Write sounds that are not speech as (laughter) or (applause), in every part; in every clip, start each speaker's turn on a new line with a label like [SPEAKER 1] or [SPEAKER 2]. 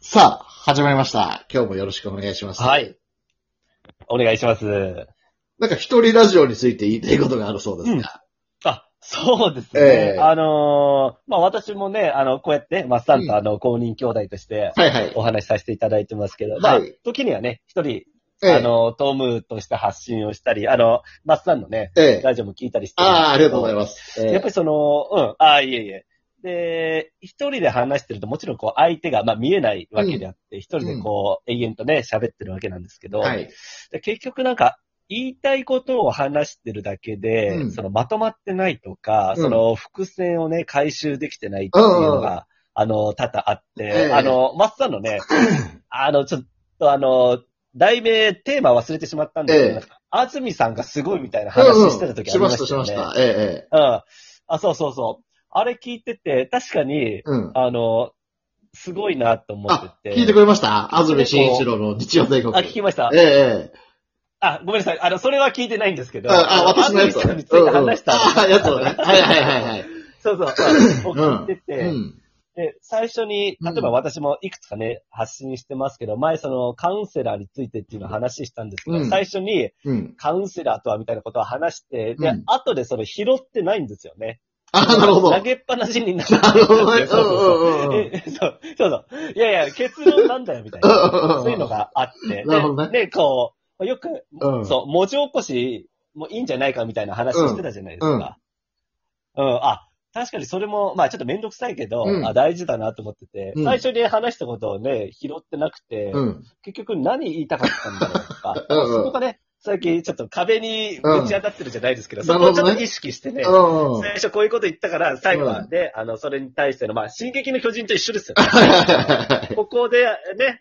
[SPEAKER 1] さあ、始まりました。今日もよろしくお願いします。
[SPEAKER 2] はい。お願いします。
[SPEAKER 1] なんか一人ラジオについて言いたいことがあるそうですが。
[SPEAKER 2] あ、そうです
[SPEAKER 1] え
[SPEAKER 2] ね。
[SPEAKER 1] え
[SPEAKER 2] あのーまあ、私もね、あの、こうやって、マッサンとあの、公認兄弟として、
[SPEAKER 1] はいはい。
[SPEAKER 2] お話しさせていただいてますけど、ま
[SPEAKER 1] は
[SPEAKER 2] あ
[SPEAKER 1] い、
[SPEAKER 2] 時にはね、一人、
[SPEAKER 1] ええ
[SPEAKER 2] あ、の、トムとして発信をしたり、あの、マッサンのね、
[SPEAKER 1] ええ。
[SPEAKER 2] ラジオも聞いたりして。
[SPEAKER 1] ああ、ありがとうござい
[SPEAKER 2] ま
[SPEAKER 1] ます。
[SPEAKER 2] す
[SPEAKER 1] え
[SPEAKER 2] やっぱりその、うん、ああ、いえいえ。で、一人で話してると、もちろんこう、相手が、まあ、見えないわけであって、一、人でこう、永遠とね、喋ってるわけなんですけ
[SPEAKER 1] え
[SPEAKER 2] ど、
[SPEAKER 1] はい。
[SPEAKER 2] で結局なんか、言いたいことを話してるだけで、
[SPEAKER 1] うん
[SPEAKER 2] そのまとまってないとか、
[SPEAKER 1] うん
[SPEAKER 2] その伏線をね、回収できてないっていうの
[SPEAKER 1] うんう
[SPEAKER 2] が、あの、多々あって、
[SPEAKER 1] ええ
[SPEAKER 2] あの、マスさん
[SPEAKER 1] (coughs)
[SPEAKER 2] のね、あの、ちょっとあの、題名、テーマ忘れてしまったんですけ
[SPEAKER 1] ええ
[SPEAKER 2] ど、安住さんがすごいみたいな話してた時あ
[SPEAKER 1] し
[SPEAKER 2] り
[SPEAKER 1] まし、
[SPEAKER 2] ましたた
[SPEAKER 1] し
[SPEAKER 2] よ
[SPEAKER 1] ま
[SPEAKER 2] ね。
[SPEAKER 1] した。ええ、ええ。
[SPEAKER 2] うん。あ、そうそうそう。あれ聞いてて、確かに、
[SPEAKER 1] うん。
[SPEAKER 2] あの、すごいなと思
[SPEAKER 1] あ
[SPEAKER 2] っ、てて。
[SPEAKER 1] 聞いてくれました安住紳一郎の日曜全国。
[SPEAKER 2] あ、聞きました。
[SPEAKER 1] ええ、ええ。
[SPEAKER 2] あ、ごめんなさい。あの、それは聞いてないんですけど。
[SPEAKER 1] あ、あ私のやつ。
[SPEAKER 2] 安住さんについて話した。
[SPEAKER 1] うんうんああ、やつをね。はいはいはいはい。
[SPEAKER 2] そうそう。を聞いてて、
[SPEAKER 1] うん。
[SPEAKER 2] で、最初に、例えば私もいくつかね、発信してますけど、前そのカウンセラーについてっていうのを話したんですけど、
[SPEAKER 1] うん
[SPEAKER 2] 最初に
[SPEAKER 1] うん。
[SPEAKER 2] カウンセラーとはみたいなことを話して、で、
[SPEAKER 1] うん
[SPEAKER 2] 後でそれ拾ってないんですよね。
[SPEAKER 1] あ、なるほど。なる
[SPEAKER 2] 投げっぱなしになる。な
[SPEAKER 1] ほどね。
[SPEAKER 2] そうそう
[SPEAKER 1] うんうんうんうん。
[SPEAKER 2] えそうそうそう。いやいや、結論なんだよ、みたいな。そういうのがあって。
[SPEAKER 1] なるほどね
[SPEAKER 2] で、でこう、よく、
[SPEAKER 1] うん
[SPEAKER 2] そう、文字起こしもいいんじゃないかみたいな話をしてたじゃないですか。うん、あ、確かにそれも、まあちょっとめんどくさいけど、
[SPEAKER 1] うん
[SPEAKER 2] あ大事だなと思ってて、
[SPEAKER 1] うん
[SPEAKER 2] 最初に話したことをね、拾ってなくて、
[SPEAKER 1] うん。、
[SPEAKER 2] 結局何言いたかったんだろうとか
[SPEAKER 1] うんうん
[SPEAKER 2] そこがね、最近ちょっと壁にぶち当たってるじゃないですけど、
[SPEAKER 1] うん
[SPEAKER 2] そこをちょ
[SPEAKER 1] なるほど
[SPEAKER 2] っ
[SPEAKER 1] ね
[SPEAKER 2] と意識し
[SPEAKER 1] (laughs)
[SPEAKER 2] てね、
[SPEAKER 1] うん。
[SPEAKER 2] 最初こういうこと言ったから、最後は
[SPEAKER 1] うん
[SPEAKER 2] ね、あの、それに対しての、まあ、進撃の巨人と一緒ですよ、
[SPEAKER 1] はいはい
[SPEAKER 2] ね。
[SPEAKER 1] はいはい。
[SPEAKER 2] ここでね、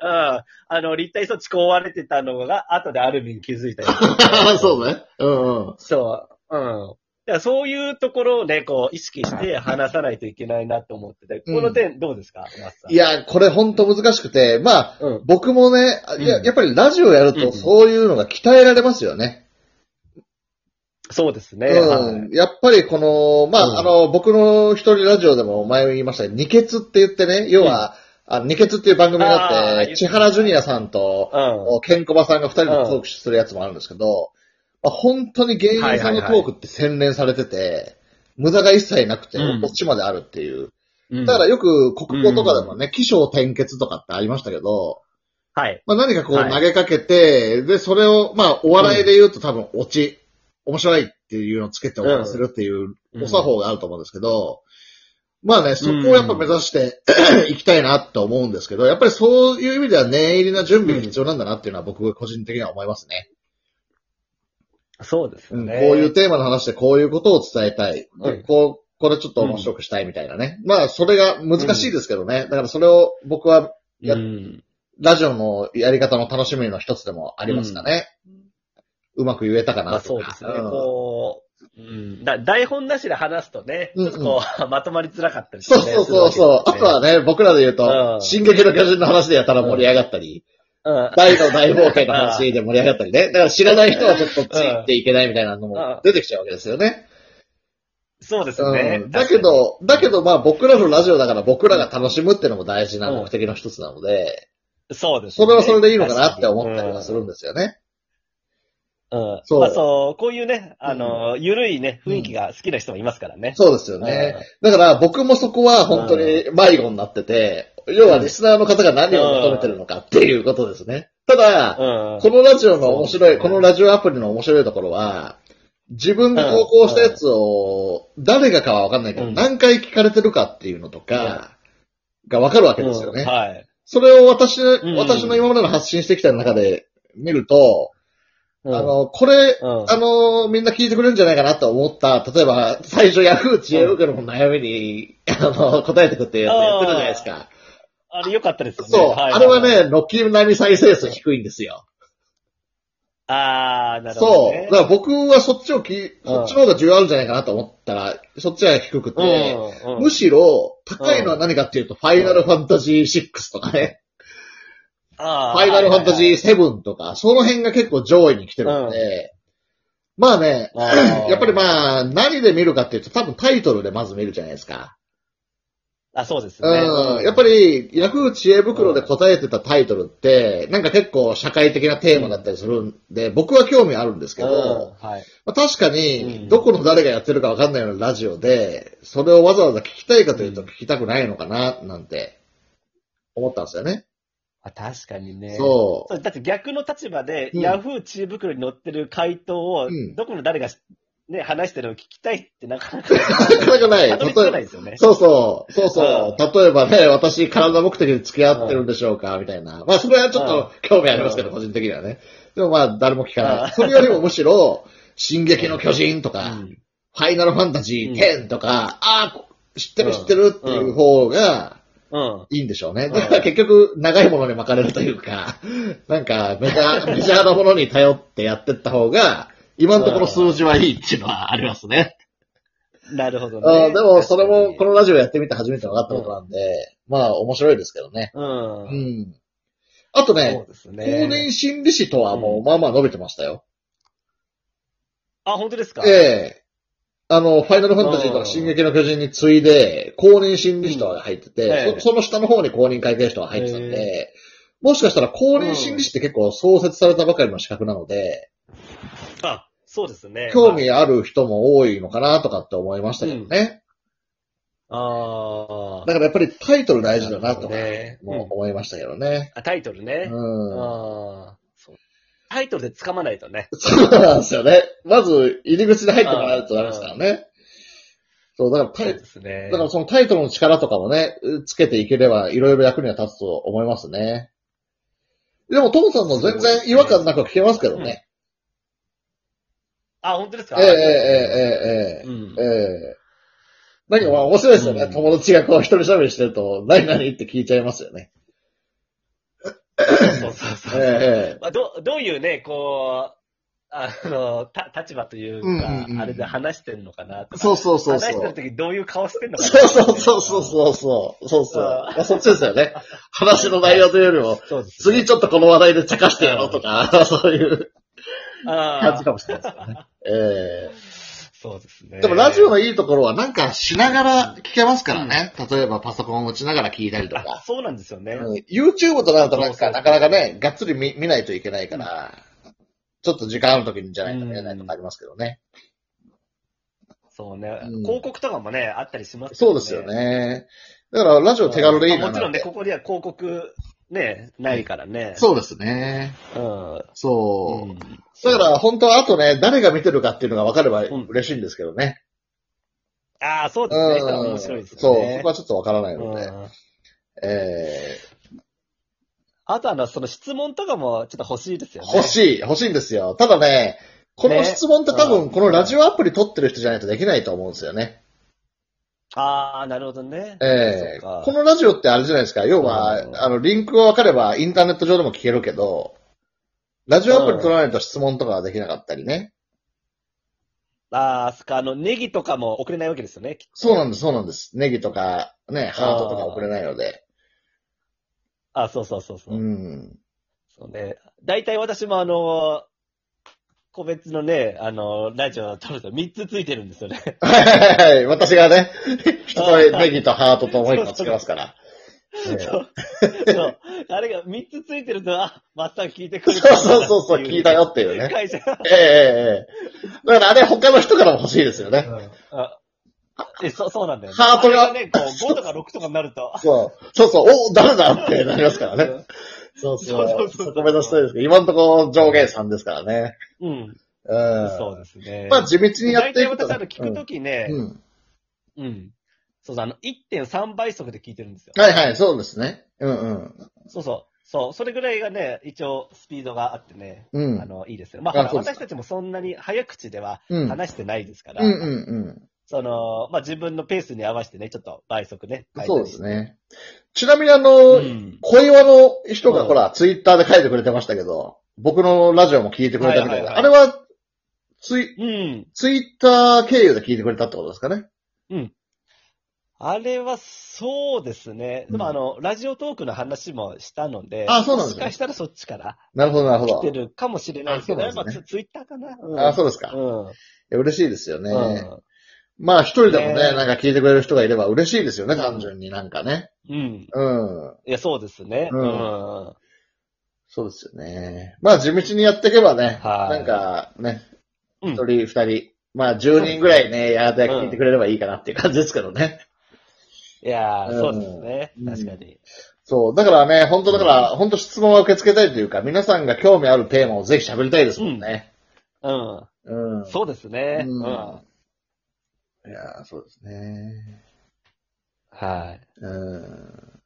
[SPEAKER 2] うん、あの、立体装置壊れてたのが、後でアルミに気づいたりとか
[SPEAKER 1] そうね。うんうん。
[SPEAKER 2] そう。うん。だからそういうところをね、こう、意識して話さないといけないなと思ってて、
[SPEAKER 1] うん
[SPEAKER 2] この点どうですか、マスさん。
[SPEAKER 1] い、や、これほんと難しくて、まあ、
[SPEAKER 2] うん。
[SPEAKER 1] 僕もね、あいや
[SPEAKER 2] うん
[SPEAKER 1] やっぱりラジオやる
[SPEAKER 2] うんう
[SPEAKER 1] と
[SPEAKER 2] ん
[SPEAKER 1] そういうのが鍛えられますよね。
[SPEAKER 2] そうですね。は
[SPEAKER 1] うん。やっぱりこの、ま
[SPEAKER 2] うん
[SPEAKER 1] あ、あの、僕の一人ラジオでも前も言いましたけど、二欠って言ってね、要は、あ二欠っていう番組が
[SPEAKER 2] あー
[SPEAKER 1] あっ、
[SPEAKER 2] 言ってて
[SPEAKER 1] 千原ジュニアさんと、
[SPEAKER 2] い。
[SPEAKER 1] ケンコバさんが二人でトークするやつもあるんですけど、まあ、本当に芸人さんのトークって洗練されてて、無駄が一切なくて、
[SPEAKER 2] うん
[SPEAKER 1] こっちまであるっていう。
[SPEAKER 2] うん。
[SPEAKER 1] だから
[SPEAKER 2] よ
[SPEAKER 1] よく国語とかでもね、起承転結とかってありましたけど、
[SPEAKER 2] はい。
[SPEAKER 1] まあ何かこう
[SPEAKER 2] はい
[SPEAKER 1] 投げかけて、で、それを、まあお笑いで言うと多分オチ、面白いっていうのをつけて終わらせるっていうお作法があると思うんですけど、まあね、そこをやっぱ目指していきたいなと思うんですけど、やっぱりそういう意味では念入りな準備が必要なんだなっていうのは僕個人的には思いますね。
[SPEAKER 2] そうです
[SPEAKER 1] うん、
[SPEAKER 2] ね。
[SPEAKER 1] こういうテーマの話でこういうことを伝えたい。で
[SPEAKER 2] うん
[SPEAKER 1] こう、これちょっと面白くしたいみたいなね。まあそれが難しいですけどね。だからそれを僕はや
[SPEAKER 2] うん。
[SPEAKER 1] ラジオのやり方の楽しみの一つでもありますかね。うまく言えたか
[SPEAKER 2] ま
[SPEAKER 1] な
[SPEAKER 2] あ
[SPEAKER 1] と
[SPEAKER 2] そう
[SPEAKER 1] か
[SPEAKER 2] ですね。こう、うん。だ台本なしで話すとね、
[SPEAKER 1] うん
[SPEAKER 2] ち
[SPEAKER 1] う
[SPEAKER 2] ょ
[SPEAKER 1] ん
[SPEAKER 2] っとこう、 (laughs) まとまりづらかったりして
[SPEAKER 1] そう
[SPEAKER 2] ね
[SPEAKER 1] そうそうそう。あとは、ね、僕らで言うと
[SPEAKER 2] う、ん
[SPEAKER 1] 進撃の巨人の話でやったら盛り上がったり、
[SPEAKER 2] するわけですね
[SPEAKER 1] 大の大冒険の話で盛り上がったりね。だから知らない人はちょっとついていけないみたいなのも出てきちゃうわけですよね。
[SPEAKER 2] うん。そうですね
[SPEAKER 1] う。ん、だけど、だけどまあ僕らのラジオだから僕らが楽しむってのも大事な目的の一つなので、
[SPEAKER 2] そうです、
[SPEAKER 1] そ
[SPEAKER 2] ね。
[SPEAKER 1] れはそれでいいのかなって思ったりはするんですよね。
[SPEAKER 2] うん。
[SPEAKER 1] そう
[SPEAKER 2] まあそう、こういうね、あの、ゆるいね、雰囲気が好きな人もいますからね。
[SPEAKER 1] そうですよね。だから僕もそこは本当に迷子になってて、要はリスナーの方が何を求めてるのかっていうことですね。ただ、
[SPEAKER 2] うん。
[SPEAKER 1] このラジオの面白い、
[SPEAKER 2] そうです
[SPEAKER 1] こ
[SPEAKER 2] ね
[SPEAKER 1] のラジオアプリの面白いところは、自分が投稿したやつを、誰がかはわかんないけど、
[SPEAKER 2] うん
[SPEAKER 1] 何回聞かれてるかっていうのとか、がわかるわけですよ
[SPEAKER 2] うん
[SPEAKER 1] ね。
[SPEAKER 2] はい。
[SPEAKER 1] それを私の、
[SPEAKER 2] ん
[SPEAKER 1] 私の今までの発信してきた中で見ると、
[SPEAKER 2] うん
[SPEAKER 1] あ、の、これ、
[SPEAKER 2] うん
[SPEAKER 1] あのーみんな聞いてくれるんじゃないかなと思った、例えば、最初ヤフー知恵袋の悩みに、あのー答えてくってやつやってるじゃないですか。
[SPEAKER 2] あれ良かったですよね。
[SPEAKER 1] そう、
[SPEAKER 2] い
[SPEAKER 1] あれは、ね、軒並み再生数低いんですよ。
[SPEAKER 2] あー、なるほど、
[SPEAKER 1] そう。
[SPEAKER 2] ね
[SPEAKER 1] だ。から僕はそっちをき、
[SPEAKER 2] うん
[SPEAKER 1] そっちの方が重要あるんじゃないかなと思ったら、そっちは低くて、
[SPEAKER 2] うん、うん。
[SPEAKER 1] むしろ、高いのは何かっていうと、ファイナルファンタジー6とかね、
[SPEAKER 2] あ
[SPEAKER 1] ファイナルファンタジ
[SPEAKER 2] ー
[SPEAKER 1] ー7とか、その辺が結構上位に来てるので、まあね、
[SPEAKER 2] はいはいはい。
[SPEAKER 1] やっぱり
[SPEAKER 2] あ
[SPEAKER 1] まあ、何で見るかっていうと、多分タイトルでまず見るじゃないですか。
[SPEAKER 2] あ、そうですね。
[SPEAKER 1] うん。やっぱり、ヤフー知恵袋で答えてたタイトルって、なんか結構社会的なテーマだったりするんで、僕は興味あるんですけ
[SPEAKER 2] うん
[SPEAKER 1] ど、
[SPEAKER 2] はい。
[SPEAKER 1] まあ確か
[SPEAKER 2] う
[SPEAKER 1] に、
[SPEAKER 2] ん
[SPEAKER 1] どこの誰がやってるかわかんないようなラジオで、それをわざわざ聞きたいかというと
[SPEAKER 2] うん
[SPEAKER 1] 聞きたくないのかな、なんて、思ったんですよね。
[SPEAKER 2] あ確かにね。
[SPEAKER 1] そ
[SPEAKER 2] そう。だって逆の立場で、
[SPEAKER 1] うん
[SPEAKER 2] ヤフー知恵袋に載ってる回答を、
[SPEAKER 1] うん
[SPEAKER 2] どこの誰が、ね、話してるのを聞きたいってなかなか。な
[SPEAKER 1] う。 (laughs) なかなかない。
[SPEAKER 2] たどり着かないですよね。
[SPEAKER 1] そうそう、そうそう。例えばね、私、体目的で付き合ってるんでしょうかみたいな。まあ、それはちょっと興味ありますけど、
[SPEAKER 2] うん
[SPEAKER 1] 個人的にはね。でもまあ、誰も聞か
[SPEAKER 2] う
[SPEAKER 1] なんい。それよりもむしろ、進撃の巨人と
[SPEAKER 2] う
[SPEAKER 1] か、
[SPEAKER 2] ん
[SPEAKER 1] ファイナルファンタジー10とか、ああ、知って
[SPEAKER 2] う
[SPEAKER 1] る
[SPEAKER 2] ん
[SPEAKER 1] 知ってるっていう方が
[SPEAKER 2] うん。
[SPEAKER 1] いいんでしょうね。
[SPEAKER 2] ん
[SPEAKER 1] だから結局、長いものに巻かれるというか、 (laughs) なんか、メジャー、メジャーなものに頼ってやってった方が、今のところ数字はいいっていうのはありますね。
[SPEAKER 2] なるほど
[SPEAKER 1] あー
[SPEAKER 2] ね。
[SPEAKER 1] でも、それも、
[SPEAKER 2] 確
[SPEAKER 1] こ
[SPEAKER 2] かに
[SPEAKER 1] のラジオやってみて初めて分かったことなんで、まあ、面白いですけどね。
[SPEAKER 2] うん。
[SPEAKER 1] うん。あと
[SPEAKER 2] そ
[SPEAKER 1] ね
[SPEAKER 2] う、です
[SPEAKER 1] 公
[SPEAKER 2] ね。
[SPEAKER 1] 認心理師とはもう、まあまあ伸びてましたよ。
[SPEAKER 2] あ、本当ですか
[SPEAKER 1] ええあの、ファイナルファンタジーとか
[SPEAKER 2] うん
[SPEAKER 1] 進撃の巨人に次いで、公認心理師とは入ってて、
[SPEAKER 2] うんええ
[SPEAKER 1] そその下の方に公認会計士とは入ってたんで、もしかしたら公認心理師って結構創設されたばかりの資格なので、
[SPEAKER 2] あ、そうですね。
[SPEAKER 1] 興味ある人も多いのかなとかって思いましたけどね。
[SPEAKER 2] あ
[SPEAKER 1] だからやっぱりタイトル大事だなとか
[SPEAKER 2] なるほどね
[SPEAKER 1] も
[SPEAKER 2] うん
[SPEAKER 1] 思いましたけどね。
[SPEAKER 2] あ。タイトルね。
[SPEAKER 1] うん。
[SPEAKER 2] ああ。そうタイトルで掴まないとね。
[SPEAKER 1] そうなんですよね。まず、入り口で入ってもらうとダメですからね。そう、だからタ
[SPEAKER 2] そう
[SPEAKER 1] イ、
[SPEAKER 2] ですね。
[SPEAKER 1] だからそのタイトルの力とかもね、つけていければ、いろいろ役には立つと思いますね。でも、トムさんも全然違和感なく聞けますけどね。
[SPEAKER 2] あ、本当で
[SPEAKER 1] え
[SPEAKER 2] すか
[SPEAKER 1] えええええええ
[SPEAKER 2] うん
[SPEAKER 1] えええなんかまあ面白いですよね。
[SPEAKER 2] うん
[SPEAKER 1] 友達がこう一人喋りしてると、何々って聞いちゃいますよね。
[SPEAKER 2] そうそう
[SPEAKER 1] え
[SPEAKER 2] そ
[SPEAKER 1] え
[SPEAKER 2] う。
[SPEAKER 1] ええ
[SPEAKER 2] まあ、どうどういうね、こう、あの、た立場というか、
[SPEAKER 1] うんうんうん
[SPEAKER 2] あれで話してるのかなとか。
[SPEAKER 1] そうそうそうそう。
[SPEAKER 2] 話してる時どういう顔してるのか
[SPEAKER 1] そ
[SPEAKER 2] な
[SPEAKER 1] うそうそうそうそうそう。そうそう。
[SPEAKER 2] あー
[SPEAKER 1] まあ、そっちですよね。話の内容というよりも、
[SPEAKER 2] そうです。
[SPEAKER 1] 次ちょっとこの話題で茶化してやろうとか、そういう感
[SPEAKER 2] あ
[SPEAKER 1] じ
[SPEAKER 2] あ、
[SPEAKER 1] かもしれないですから
[SPEAKER 2] (laughs)
[SPEAKER 1] ね。え
[SPEAKER 2] そうです
[SPEAKER 1] え
[SPEAKER 2] ね。
[SPEAKER 1] でもラジオのいいところはなんかしながら聞けますからね。例えばパソコンを打ちながら聞いたりと
[SPEAKER 2] あ
[SPEAKER 1] か。
[SPEAKER 2] そうなんですよね。
[SPEAKER 1] うん YouTube となるとなん
[SPEAKER 2] そうそうそ
[SPEAKER 1] か
[SPEAKER 2] う
[SPEAKER 1] なかなかね、がっつり見見ないといけないから、ちょっと時間ある時にじゃないと見れないとかありますけどね。
[SPEAKER 2] そうね、
[SPEAKER 1] うん
[SPEAKER 2] 広告とかもね、あったりします
[SPEAKER 1] そうですよ。ね。だからラジオ手軽でいいな
[SPEAKER 2] まあもち
[SPEAKER 1] な
[SPEAKER 2] ろ
[SPEAKER 1] ん
[SPEAKER 2] んね、
[SPEAKER 1] て。
[SPEAKER 2] ここには広告、ね、ないからね。
[SPEAKER 1] そうですね。
[SPEAKER 2] う。うん。
[SPEAKER 1] そう。
[SPEAKER 2] うん
[SPEAKER 1] だから、本当はあとね、誰が見てるかっていうのが分かれば嬉しいんですけどね。
[SPEAKER 2] ああ、そう
[SPEAKER 1] う
[SPEAKER 2] ですね。
[SPEAKER 1] ん。
[SPEAKER 2] 面白いです
[SPEAKER 1] そ
[SPEAKER 2] よ
[SPEAKER 1] う、
[SPEAKER 2] ね
[SPEAKER 1] そ。こはちょっと分からないので。
[SPEAKER 2] うん
[SPEAKER 1] え
[SPEAKER 2] あとあの、その質問とかもちょっと欲しいですよね。
[SPEAKER 1] ー、欲しい、欲しいんですよ。ただね、この質問って多分、このラジオアプリ撮ってる人じゃないとできないと思うんですよね。
[SPEAKER 2] ああ、なるほどね。
[SPEAKER 1] ええ
[SPEAKER 2] そっか
[SPEAKER 1] このラジオってあれじゃないですか。要は、
[SPEAKER 2] うん
[SPEAKER 1] あの、リンクが分かればインターネット上でも聞けるけど、ラジオアプリ撮らないと質問とかができなかったりね。
[SPEAKER 2] ああ、そっか、あの、ネギとかも送れないわけですよね。きっと
[SPEAKER 1] そうなんです、そうなんです。ネギとか、ね、ハートとか送れないので。
[SPEAKER 2] あそうそうそうそう。
[SPEAKER 1] うん。
[SPEAKER 2] そうね。大体私もあの、個別のね、あの、ラジオを撮ると3つついてるんですよね。
[SPEAKER 1] はいはいはい。私が
[SPEAKER 2] (laughs)
[SPEAKER 1] ね、一通りネギとハートと思いがつけますから。
[SPEAKER 2] そう。
[SPEAKER 1] ね
[SPEAKER 2] そう。あれが3つついてると、あ、まっさん聞いてくれ
[SPEAKER 1] そうそうそうそう、聞いたよっていうね。
[SPEAKER 2] 会社。
[SPEAKER 1] ええええだからあれ他の人からも欲しいですよね。
[SPEAKER 2] あえ、そう、そうなんだよね。
[SPEAKER 1] ハートが
[SPEAKER 2] あれね、こう、5とか6とかになると。
[SPEAKER 1] そう。そうそう、お、誰だってなりますからね。そうそう。
[SPEAKER 2] そうそう
[SPEAKER 1] そ
[SPEAKER 2] そう
[SPEAKER 1] こ目指したいですけど、今のところ上限さんですからね。
[SPEAKER 2] うん。
[SPEAKER 1] うん。
[SPEAKER 2] そうですね。
[SPEAKER 1] まあ地道にやっ
[SPEAKER 2] 大
[SPEAKER 1] てい
[SPEAKER 2] 体
[SPEAKER 1] くと
[SPEAKER 2] 私、あの、
[SPEAKER 1] ね。
[SPEAKER 2] 聞くときね、
[SPEAKER 1] うんうん。
[SPEAKER 2] うん。そうそう、あの、1.3倍速で聞いてるんですよ。
[SPEAKER 1] はいはい、そうですね。うんうん。
[SPEAKER 2] そうそう。そう、それぐらいがね、一応スピードがあってね、
[SPEAKER 1] うん
[SPEAKER 2] あの、いいですよ。まあ、
[SPEAKER 1] あそ
[SPEAKER 2] ほ
[SPEAKER 1] う
[SPEAKER 2] ら
[SPEAKER 1] です
[SPEAKER 2] 私たちもそんなに早口では
[SPEAKER 1] うん。
[SPEAKER 2] 話してないですから、
[SPEAKER 1] うんうん
[SPEAKER 2] その、まあ自分のペースに合わせてね、ちょっと倍速ね。
[SPEAKER 1] うん。
[SPEAKER 2] 変えた
[SPEAKER 1] そう
[SPEAKER 2] り
[SPEAKER 1] です。ね。ちなみにあの、
[SPEAKER 2] うん。
[SPEAKER 1] 小岩の人が
[SPEAKER 2] うん
[SPEAKER 1] ほら、ツイッターで書いてくれてましたけど、僕のラジオも聞いてくれたみたいで、
[SPEAKER 2] はいはいはい
[SPEAKER 1] あれは、ツイ、
[SPEAKER 2] うん。
[SPEAKER 1] ツイッター経由で聞いてくれたってことですかね。
[SPEAKER 2] あれはそうですね。でもあの、ラジオトークの話もしたので、
[SPEAKER 1] あそうなんですね
[SPEAKER 2] もしかしたらそっちから
[SPEAKER 1] なるほど、なるほ
[SPEAKER 2] 来て
[SPEAKER 1] ど。
[SPEAKER 2] るかもしれないですけど、
[SPEAKER 1] あ
[SPEAKER 2] や
[SPEAKER 1] そう
[SPEAKER 2] っ
[SPEAKER 1] なん
[SPEAKER 2] ぱ
[SPEAKER 1] ですね
[SPEAKER 2] ツツイッターかな。うん
[SPEAKER 1] あ、そうですか。い
[SPEAKER 2] うん。
[SPEAKER 1] や嬉しいですよね。
[SPEAKER 2] うん
[SPEAKER 1] まあ一人でもね、
[SPEAKER 2] ね
[SPEAKER 1] なんか聞いてくれる人がいれば嬉しいですよね、単純になんかね。
[SPEAKER 2] うん。
[SPEAKER 1] うん。
[SPEAKER 2] いや、そうですね。
[SPEAKER 1] う
[SPEAKER 2] うんん。
[SPEAKER 1] そうですよね。まあ地道にやっていけばね、
[SPEAKER 2] はい
[SPEAKER 1] なんかね、
[SPEAKER 2] うん
[SPEAKER 1] 一人二人、まあ10人ぐらいね、やーで聞いてくれればいいかなっていう感じですけどね。
[SPEAKER 2] いや
[SPEAKER 1] うん
[SPEAKER 2] ー、そうですね
[SPEAKER 1] うん。
[SPEAKER 2] 確かに。
[SPEAKER 1] そう。だからね、本当だから、本当質問は受け付けたいというか、皆さんが興味あるテーマをぜひ喋りたいですもんね。
[SPEAKER 2] うん。
[SPEAKER 1] うん。
[SPEAKER 2] そうですね。
[SPEAKER 1] う
[SPEAKER 2] うんん。はい
[SPEAKER 1] やーそうですね。
[SPEAKER 2] い。
[SPEAKER 1] うん。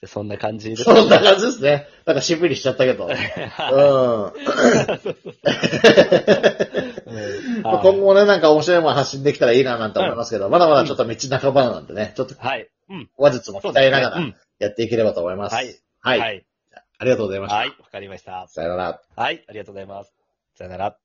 [SPEAKER 2] でそんな感じです
[SPEAKER 1] そんな感じですね。なんかしんみりしちゃったけ
[SPEAKER 2] (laughs)
[SPEAKER 1] ど。うん。
[SPEAKER 2] うん
[SPEAKER 1] まあ今後も
[SPEAKER 2] は
[SPEAKER 1] ね、なんか面白いもの発信できたらいいななんて思いますけど、まだまだちょっと道半ばなんでね、ちょっと
[SPEAKER 2] い。はい。うん。
[SPEAKER 1] 話術も鍛えながら
[SPEAKER 2] うん
[SPEAKER 1] やっていければと思います。
[SPEAKER 2] はい。
[SPEAKER 1] は。
[SPEAKER 2] はいい。
[SPEAKER 1] ありがとうございました。
[SPEAKER 2] はい。わかりました。
[SPEAKER 1] さよなら。
[SPEAKER 2] はい。ありがとうございます。さよなら。